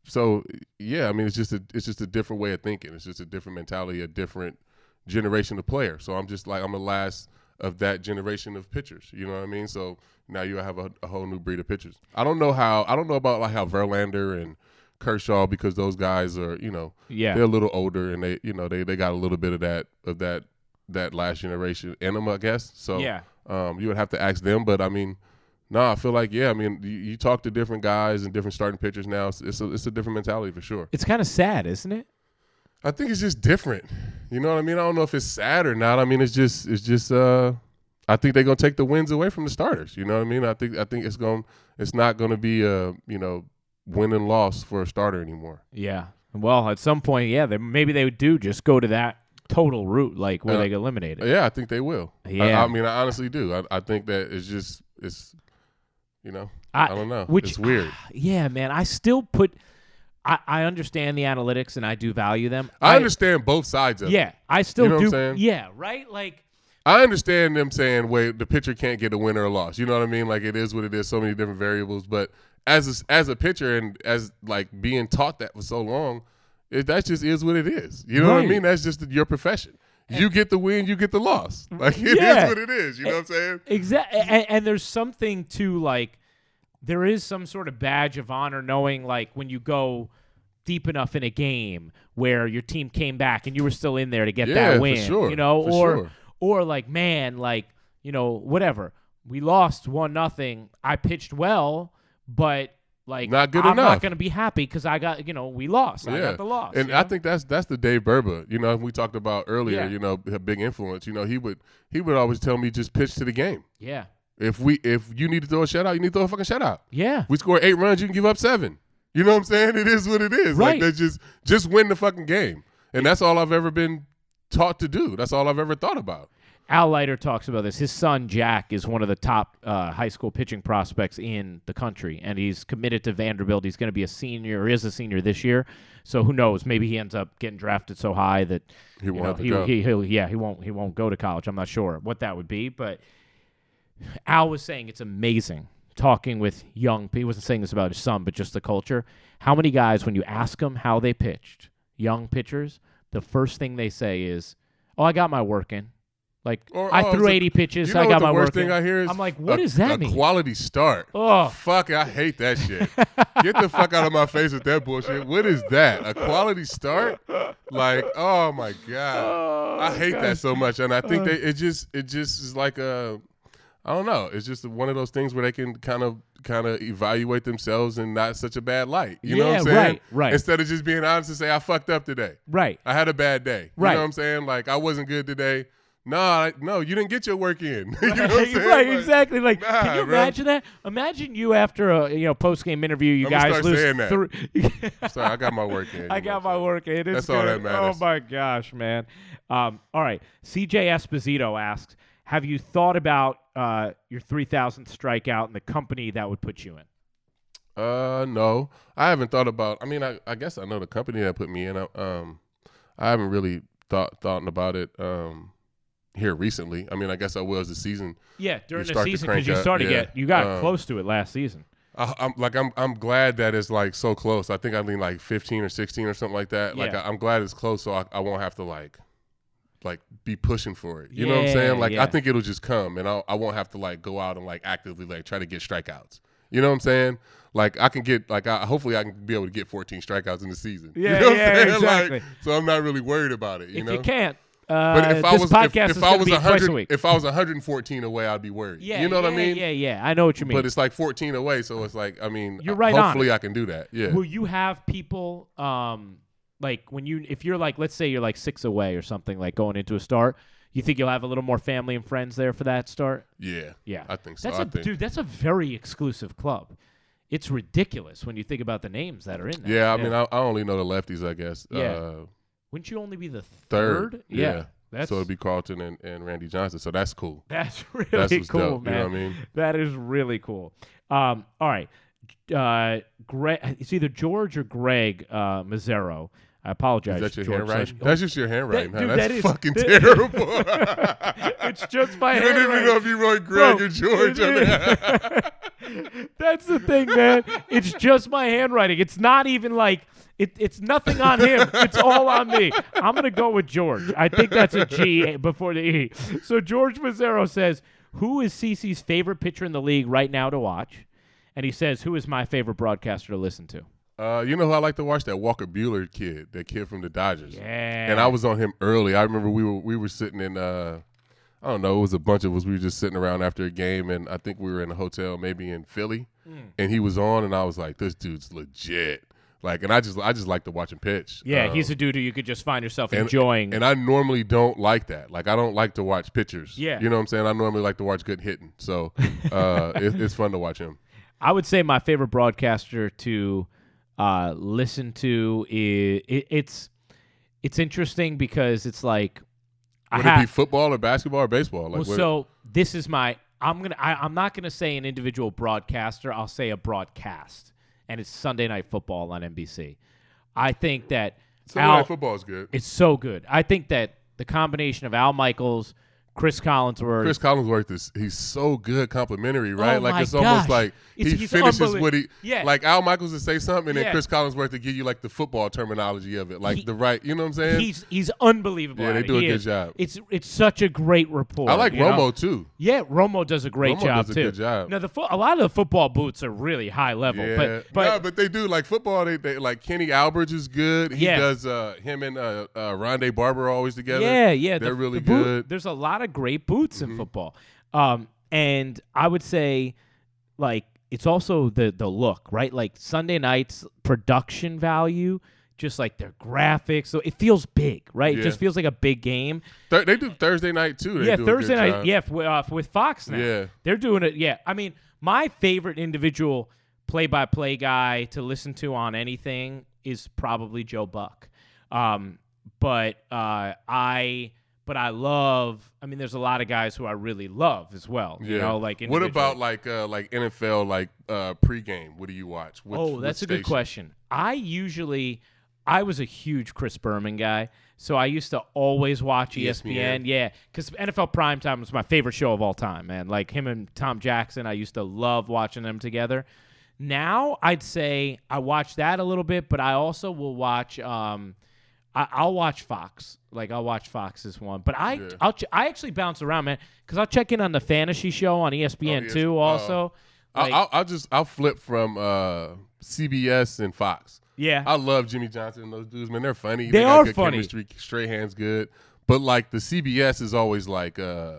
so yeah, I mean, it's just a it's just a different way of thinking. It's just a different mentality, a different generation of player. So I'm just like I'm the last of that generation of pitchers. You know what I mean? So now you have a, a whole new breed of pitchers. I don't know how I don't know about like how Verlander and Kershaw because those guys are you know
Yeah.
they're a little older and they you know they they got a little bit of that of that that last generation in them I guess. So
Yeah.
um, you would have to ask them. But I mean, no, I feel like yeah. I mean, you, you talk to different guys and different starting pitchers now. It's, it's a it's a different mentality for sure.
It's kind of sad, isn't it?
I think it's just different. You know what I mean? I don't know if it's sad or not. I mean, it's just it's just. Uh, I think they're gonna take the wins away from the starters. You know what I mean? I think I think it's going it's not gonna be a you know win and loss for a starter anymore.
Yeah. Well, at some point, yeah, they, maybe they do just go to that total route, like where
Uh,
they eliminate it.
Yeah, I think they will. I-
Yeah.
I, mean, I honestly do. I, I think that it's just it's you know I don't know.
Which
It's weird.
yeah, man. I still put. I, I understand the analytics and I do value them.
I, understand both sides of it.
Yeah, I still
You know what
do.
I'm saying?
Yeah, right. Like
I understand them saying, "Wait, the pitcher can't get a win or a loss." You know what I mean? Like it is what it is. So many different variables, but as a, as a pitcher and as like being taught that for so long, it, that just is what it is. You know what I
Right.
mean? That's just your profession. You get the win, you get the loss. Like it is
Yeah.
what it is. You know what I'm saying?
Exactly. And, and there's something to like, there is some sort of badge of honor knowing like when you go deep enough in a game where your team came back and you were still in there to get
Yeah,
that
for
win.
sure,
You know,
for
or
sure.
or like man, like you know, whatever. We lost one nothing. I pitched well, but like
Not good
I'm
enough.
not gonna be happy because I got you know we lost. I got the loss.
And
you
I
know?
think that's that's the Dave Burba, you know, we talked about earlier,
Yeah.
you know, a big influence. You know, he would he would always tell me just pitch to the game.
yeah,
If we if you need to throw a shutout, you need to throw a fucking shutout.
yeah.
We score eight runs, you can give up seven. You know what I'm saying? It is what it is. Like
Right.
that's just just win the fucking game. And that's all I've ever been taught to do. That's all I've ever thought about.
Al Leiter talks about this. His son Jack is one of the top uh, high school pitching prospects in the country, and he's committed to Vanderbilt. He's going to be a senior, or is a senior this year. So who knows? Maybe he ends up getting drafted so high that
He
you
won't
know,
have to go.
he, he'll, yeah, he won't he won't go to college. I'm not sure what that would be, but Al was saying it's amazing talking with young people. He wasn't saying this about his son, but just the culture. How many guys, when you ask them how they pitched, young pitchers, the first thing they say is, "Oh, I got my work in. Like
Or,
I
oh,
threw
it's a-
80 pitches.
you know
I
what
got
the
my
worst
work
thing
in."
I hear is
I'm like, what
a-
does that
a
mean?
Quality start.
Ugh.
Fuck, I hate that shit. Get the fuck out of my face with that bullshit. What is that? A quality start? Like, oh my
Oh,
god, I hate that so much. And I think they it just it just is like a, I don't know. It's just one of those things where they can kind of kind of evaluate themselves in not such a bad light. You know what I'm
Yeah,
saying?
right, right.
Instead of just being honest and say I fucked up today.
right.
I had a bad day. You
Right.
know what I'm saying? Like I wasn't good today. No, I, no, you didn't get your work in. you know what I'm saying?
right,
Like,
exactly. Like,
nah,
can you
bro.
imagine that? Imagine you after a you know post game interview, you
I'm gonna
guys
start
lose.
saying that.
three-
Sorry, I got my work in.
I
you know
got
what
my
I'm saying?
work in. It's
That's all that
good.
matters.
Oh my gosh, man. Um, all right. CJ Esposito asks, have you thought about uh, your 3,000th strikeout and the company that would put you in?
Uh, no, I haven't thought about. I mean, I, I guess I know the company that put me in. I, um, I haven't really thought thought about it. Um, here recently. I mean, I guess I will as the season.
Yeah, during the
start to
season
crank
because you
up,
started
yeah.
get you got
Um,
close to it last season.
I, I'm like I'm I'm glad that it's like so close. I think I mean like 15 or 16 or something like that. Like
Yeah.
I, I'm glad it's close, so I, I won't have to like like be pushing for it. You know what I'm
Yeah,
saying? Like
yeah.
I think it'll just come, and I I won't have to like go out and like actively like try to get strikeouts. You know what I'm saying? Like I can get like I hopefully I can be able to get 14 strikeouts in the season. you
Yeah,
know what
yeah,
I'm saying?
exactly.
Like, so I'm not really worried about it. You
if
know.
you can't, uh,
but if
this
I was if,
podcast
if
is
I
gonna
was
be twice a
100
week.
if I was 114 away, I'd be worried.
yeah,
you know what I
yeah,
mean?
Yeah, yeah. I know what you mean.
but it's like 14 away, so it's like I mean,
You're right on
Hopefully, I can do that. Yeah,
Will you have people um like when you if you're like let's say you're like six away or something like going into a start, you think you'll have a little more family and friends there for that start?
yeah,
Yeah,
I think so.
That's
I
a
think.
dude. That's a very exclusive club. It's ridiculous when you think about the names that are in there.
yeah, I mean, I, I only know the lefties, I guess.
Yeah.
Uh,
wouldn't you only be the
third.
third? Yeah, that's
so it'd be Carlton and, and Randy Johnson. So that's cool.
that's really
That's what's
cool,
dope.
man.
You know what I mean?
That is really cool. Um, all right. Uh, Greg, it's either George or Greg uh, Mazzaro. I apologize.
Is that your
George,
handwriting?
so-
That's just your handwriting.
That-
huh?
dude,
That's
that is-
fucking
that-
terrible.
it's just my
I don't even know if you wrote Greg
Bro,
or George on
it
that.
is. That's the thing, man. It's just my handwriting. It's not even like it, it's nothing on him. It's all on me. I'm gonna go with George. I think that's a G before the E. So George Mazzaro says, "Who is CC's favorite pitcher in the league right now to watch?" And he says, "Who is my favorite broadcaster to listen to?"
Uh, you know who I like to watch? That Walker Bueller kid, that kid from the Dodgers.
Yeah.
And I was on him early. I remember we were we were sitting in uh I don't know, it was a bunch of us. We were just sitting around after a game and I think we were in a hotel maybe in Philly.
Hmm.
And he was on and I was like, This dude's legit. Like and I just I just like to watch him pitch.
yeah,
Um,
he's a dude who you could just find yourself
and-
enjoying.
And I normally don't like that. Like I don't like to watch pitchers.
Yeah.
You know what I'm saying? I normally like to watch good hitting. So uh it, it's fun to watch him.
I would say my favorite broadcaster to uh, listen to is it, it's it's interesting because it's like I
Would it be
have
football or basketball or baseball? Like
well,
what-
so this is my I'm gonna I, I'm not gonna say an individual broadcaster I'll say a broadcast and it's Sunday Night Football on NBC. I think that
Sunday night
Al-
football is good.
it's so good. I think that the combination of Al Michaels, Chris Collinsworth.
Chris Collinsworth is he's so good complimentary, right? like
Oh my
it's almost
gosh.
like
It's-
he
he's
finishes
unbelie-
what he
Yeah.
like Al Michaels would say something and
Yeah.
then Chris Collinsworth to give you like the football terminology of it. Like
He-
the right you know what I'm saying?
he's he's unbelievable.
Yeah,
at
they
it.
do a
He
good
is.
job.
It's it's such a great rapport.
I like
you know?
Romo too.
Yeah, Romo does a great
Romo
job
does a
too.
good job.
Now the fo- a lot of the football boots are really high level,
Yeah.
but
no,
but,
but they do like football. They, they like Kenny Albridge is good. He
Yeah.
does. Uh, him and uh, uh, Rondé Barber are always together.
yeah, yeah,
they're
the-
really
the boot-
good. Mm-hmm.
There's a lot of great boots in football, um, and I would say like it's also the the look, right? Like Sunday night's production value. Just like their graphics, so it feels big, right? It
Yeah.
just feels like a big game.
Thir- they do Thursday night too. They
yeah,
do a good
Thursday night.
job.
Yeah, f- with, uh, with Fox now.
Yeah.
they're doing it. Yeah, I mean, my favorite individual play-by-play guy to listen to on anything is probably Joe Buck. Um, but uh, I, but I love. I mean, there's a lot of guys who I really love as well. You know, like
what about like uh,
individually.
like NFL like uh, pregame? What do you watch? Which-
oh,
which
that's a good
station?
question. I usually, I was a huge Chris Berman guy, so I used to always watch
E
E ESPN.
ESPN.
Yeah, because NFL Primetime was my favorite show of all time, man. Like him and Tom Jackson, I used to love watching them together. Now I'd say I watch that a little bit, but I also will watch. Um, I, I'll watch Fox. Like I'll watch Fox's one, but I
Yeah.
I'll ch- I actually bounce around, man, because I'll check in on the fantasy show on E ESPN
yes.
too.
Oh.
Also,
I-
Like-
I'll, I'll just I'll flip from uh, CBS and Fox.
yeah,
I love Jimmy Johnson and those dudes, man. They're funny.
They
got
are
good
funny.
Chemistry. Strahan's good, but like the CBS is always like uh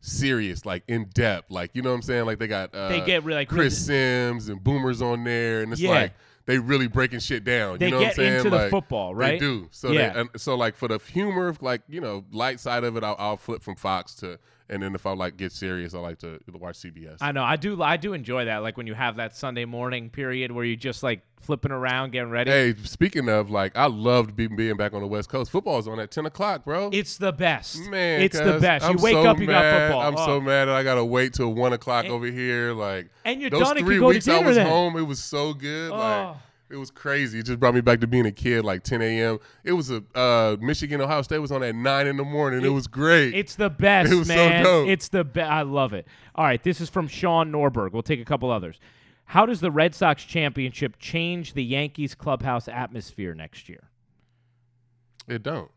serious, like in depth, like you know what I'm saying. Like they got uh,
They get really- like,
Chris Sims and Boomers on there, and it's
Yeah.
like they really breaking shit down.
They
you know what I'm
get
saying?
into the
Like,
football,
They
right?
do. So
Yeah.
they, and so like for the humor, like you know, light side of it, I'll, I'll flip from Fox to, and then if I like get serious, I like to watch CBS.
I know. I do. I do enjoy that. Like when you have that Sunday morning period where you're just like flipping around, getting ready.
Hey, speaking of, like, I loved be- being back on the West Coast. Football's on at 10 o'clock, bro.
It's the best.
Man,
it's the
cuz
best. You
I'm
wake
so
up, you got
mad.
football.
I'm
Oh.
so mad that I gotta wait till one o'clock over here. Like,
And you're
those
done and can
three
go to
weeks I
dinner
was
then.
home, it was so good. Like,
Oh.
it was crazy. It just brought me back to being a kid. Like 10 a.m. It was a uh, Michigan Ohio State was on at nine in the morning. It, was great.
It's the best,
It was so
man.
dope.
It's the best. I love it. All right, this is from Sean Norberg. We'll take a couple others. How does the Red Sox championship change the Yankees clubhouse atmosphere next year?
it don't.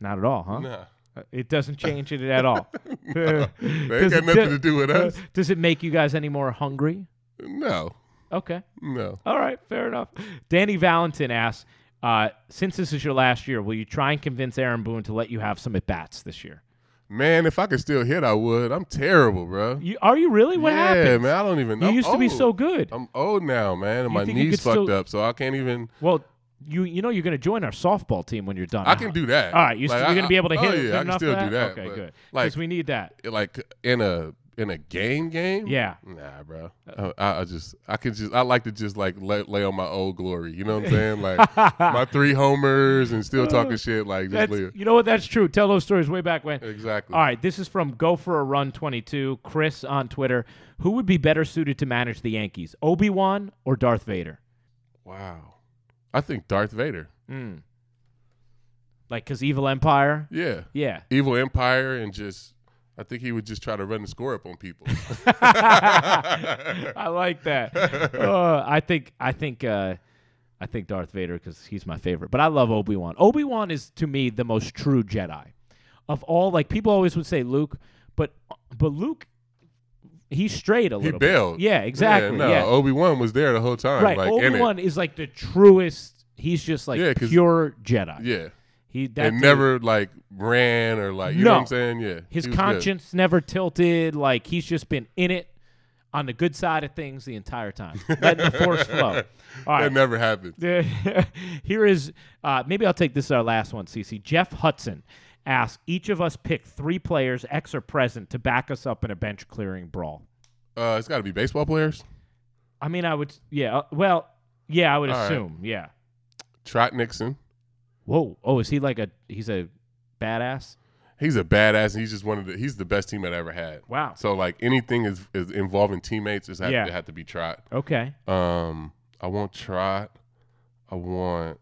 Not at all, huh?
Nah,
Uh, It doesn't change it at all.
that ain't
Does
got
it-
nothing to do with
uh,
us.
Does it make you guys any more hungry?
No,
Okay.
no.
All right, fair enough. Danny Valentin asks, uh, since this is your last year, will you try and convince Aaron Boone to let you have some at bats this year?
Man, if I could still hit, I would. I'm terrible, bro.
You, are you really? What
yeah, Oh.
happened?
man. I don't even.
You
I'm
used to be
old.
so good.
I'm old now, man, and
You
my
think you
knees
could
fucked
still-
up, so I can't even.
well, you you know you're going to join our softball team when you're done.
I can do that.
Uh-huh. All right, you
Like,
you're
I-
going to be able to
I-
hit
oh,
good
yeah, I can
enough for
still do that,
Okay,
but,
good.
like-
Because we need that.
Like in a in a game game.
Yeah. Uh,
Nah, bro. I, I I just I could just I like to just like lay, lay on my old glory. You know what I'm saying? Like my three homers and still talking shit. Like just
Uh, That's,
leave.
you know what? That's true. Tell those stories way back when.
Exactly.
All right, this is from Go for a Run 22, Chris on Twitter. Who would be better suited to manage the Yankees, Obi Wan or Darth Vader?
Wow. I think Darth Vader.
Mm. Like, cause Evil Empire.
Yeah.
Yeah.
Evil Empire and just. I think he would just try to run the score up on people.
I like that. Uh, I think I think uh, I think Darth Vader because he's my favorite. But I love Obi Wan. Obi Wan is to me the most true Jedi of all. Like people always would say Luke, but but Luke, he's straight a
he
little. bit.
bailed.
Yeah, exactly.
no,
yeah.
Obi Wan was there the whole time.
right.
Like, in it.
Obi Wan is like the truest. He's just like
Yeah, 'cause-
pure Jedi.
Yeah.
He that
and
dude-
never like ran or like you know
No.
what I'm saying? Yeah.
His
he was good.
conscience never tilted. Like he's just been in it on the good side of things the entire time. Letting the force flow. All
That
right.
never happened.
Here is uh, maybe I'll take this as our last one, CC. Jeff Hudson asks each of us pick three players, ex or present, to back us up in a bench clearing brawl.
Uh, it's gotta be baseball players.
I mean, I would yeah. uh, Well, yeah, I would
All right.
assume yeah.
Trot Nixon.
Whoa. Oh, is he like a he's a badass?
He's a badass and he's just one of the he's the best teammate I ever had.
Wow.
So like anything is, is involving teammates is have,
Yeah.
to, have to be Trot.
Okay.
Um I want Trot. I want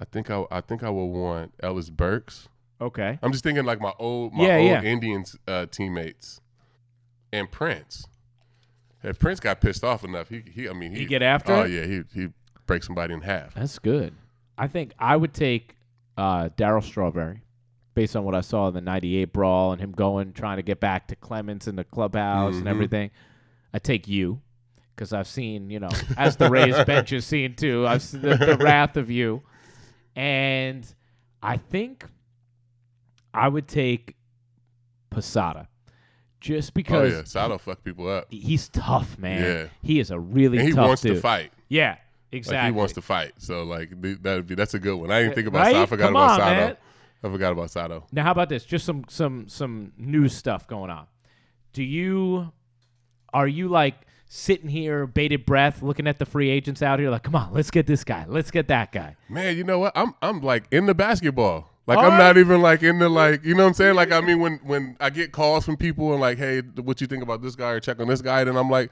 I think I I think I would want Ellis Burks.
Okay.
I'm just thinking like my old my
Yeah,
old
yeah.
Indians uh, teammates and Prince. If Prince got pissed off enough, he he I mean he
He'd get after
Oh
it?
yeah, he he break somebody in half. Oh,
That's good. I think I would take uh, Daryl Strawberry based on what I saw in the 98 brawl and him going, trying to get back to Clements in the clubhouse and
Mhm.
everything. I take you because I've seen, you know, as the Rays bench has seen too, I've seen the, the wrath of you. And I think I would take Posada just
Oh
because
yeah, Sado fuck people up.
he's tough, man.
Yeah.
He is a really
And he
tough
wants
dude.
to fight.
Yeah,
Like
exactly.
he wants to fight. So like th- that would be that's a good one. I didn't think about
Right?
Sado. I forgot
Come
about
on,
Sado.
man.
I forgot about Sado.
Now, how about this? Just some some some news stuff going on. Do you are you like sitting here bated breath, looking at the free agents out here? Like, come on, let's get this guy, let's get that guy.
Man, you know what? I'm I'm like in the basketball. Like
All
I'm
right.
not even like in the like you know what I'm saying? Like I mean when when I get calls from people and like, hey, what you think about this guy or check on this guy, then I'm like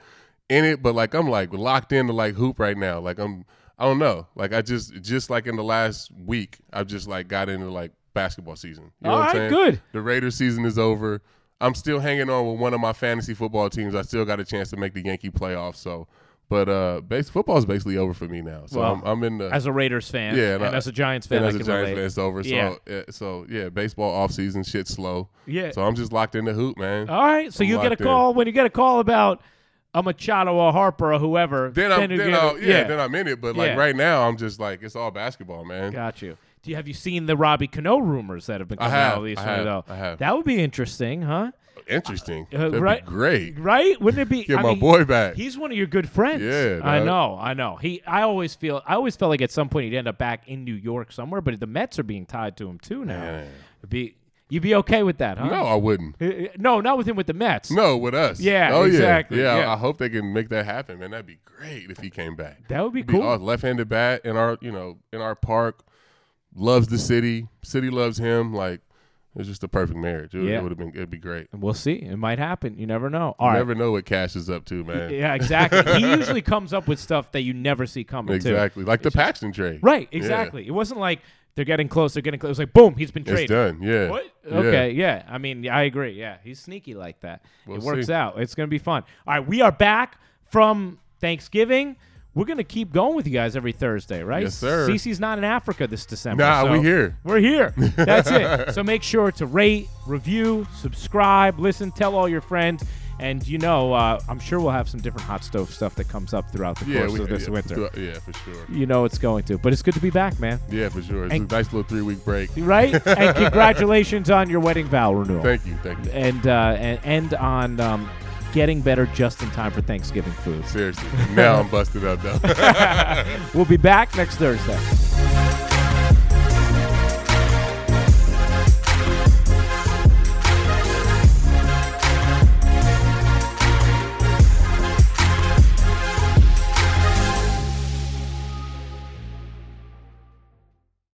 in it, but like I'm like locked into like hoop right now. Like I'm I don't know. Like I just just like in the last week, I've just like got into like basketball season. You know
All
what I'm saying?
right, good.
The Raiders season is over. I'm still hanging on with one of my fantasy football teams. I still got a chance to make the Yankee playoffs, so but uh base football is basically over for me now. So
Well,
I'm, I'm in the
As a Raiders fan,
Yeah,
and
and I-
as a Giants fan,
and
I
as a
can
Giants fan,
relate.
it's over.
Yeah.
So, yeah, so yeah, baseball offseason shit's slow.
Yeah. Oh,
So I'm just locked in the hoop, man.
All right, so
I'm
you get a
locked in.
call when you get a call about a Machado or Harper or whoever.
then I'm,
you
then
get-
I'll, yeah, then I'm in it. But like
Yeah.
right now, I'm just like it's all basketball, man.
Got you. Do you have you seen the Robbie Cano rumors that have been
I
coming
have,
out recently
I have,
though?
I have.
That would be interesting, huh?
Interesting.
Uh,
That'd
right-
be great.
Right? Wouldn't it be?
Get
I
my
mean,
boy back.
He's one of your good friends.
Yeah,
I
dog.
know, I know. He, I always feel, I always felt like at some point he'd end up back in New York somewhere. But the Mets are being tied to him too now.
Man.
It'd Be you'd be okay with that, huh?
No, I wouldn't.
Uh, uh, no, not with him, with the Mets.
No, with us.
Yeah,
Oh
exactly,
Yeah.
yeah.
I, I hope they can make that happen, man. That'd be great if he came back.
that would be
Be
cool.
awesome. left-handed bat in our, you know, in our park. Loves the city. City loves him. Like it's just the perfect marriage. It,
Yeah.
would have been. It'd be great.
We'll see. It might happen. You never know. All right.
You never know what Cash is up to, man.
Yeah, exactly. he usually comes up with stuff that you never see coming. too.
Exactly. Like the Paxton trade.
Right. Exactly. It wasn't like they're getting close. They're getting close. It was like boom, he's been
It's
traded.
done. Yeah.
What?
Yeah.
Okay, yeah. I mean, I agree. Yeah, he's sneaky like that.
We'll
it works
see.
out. It's gonna be fun. All right, we are back from Thanksgiving. We're gonna keep going with you guys every Thursday, right?
Yes, sir.
Cece's not in Africa this December.
Nah,
so
we here.
We're here. That's it. So make sure to rate, review, subscribe, listen, tell all your friends. And you know, uh, I'm sure we'll have some different hot stove stuff that comes up throughout the
Yeah.
course
we-
of this
yeah,
winter.
for- Yeah, for sure.
You know it's going to. But it's good to be back, man.
Yeah, for sure. It's
And-
a nice little three-week break.
Right? and congratulations on your wedding vow renewal
Thank you. Thank you.
and uh, and end on um, getting better just in time for Thanksgiving food.
Seriously. Now I'm busted up though.
We'll be back next Thursday.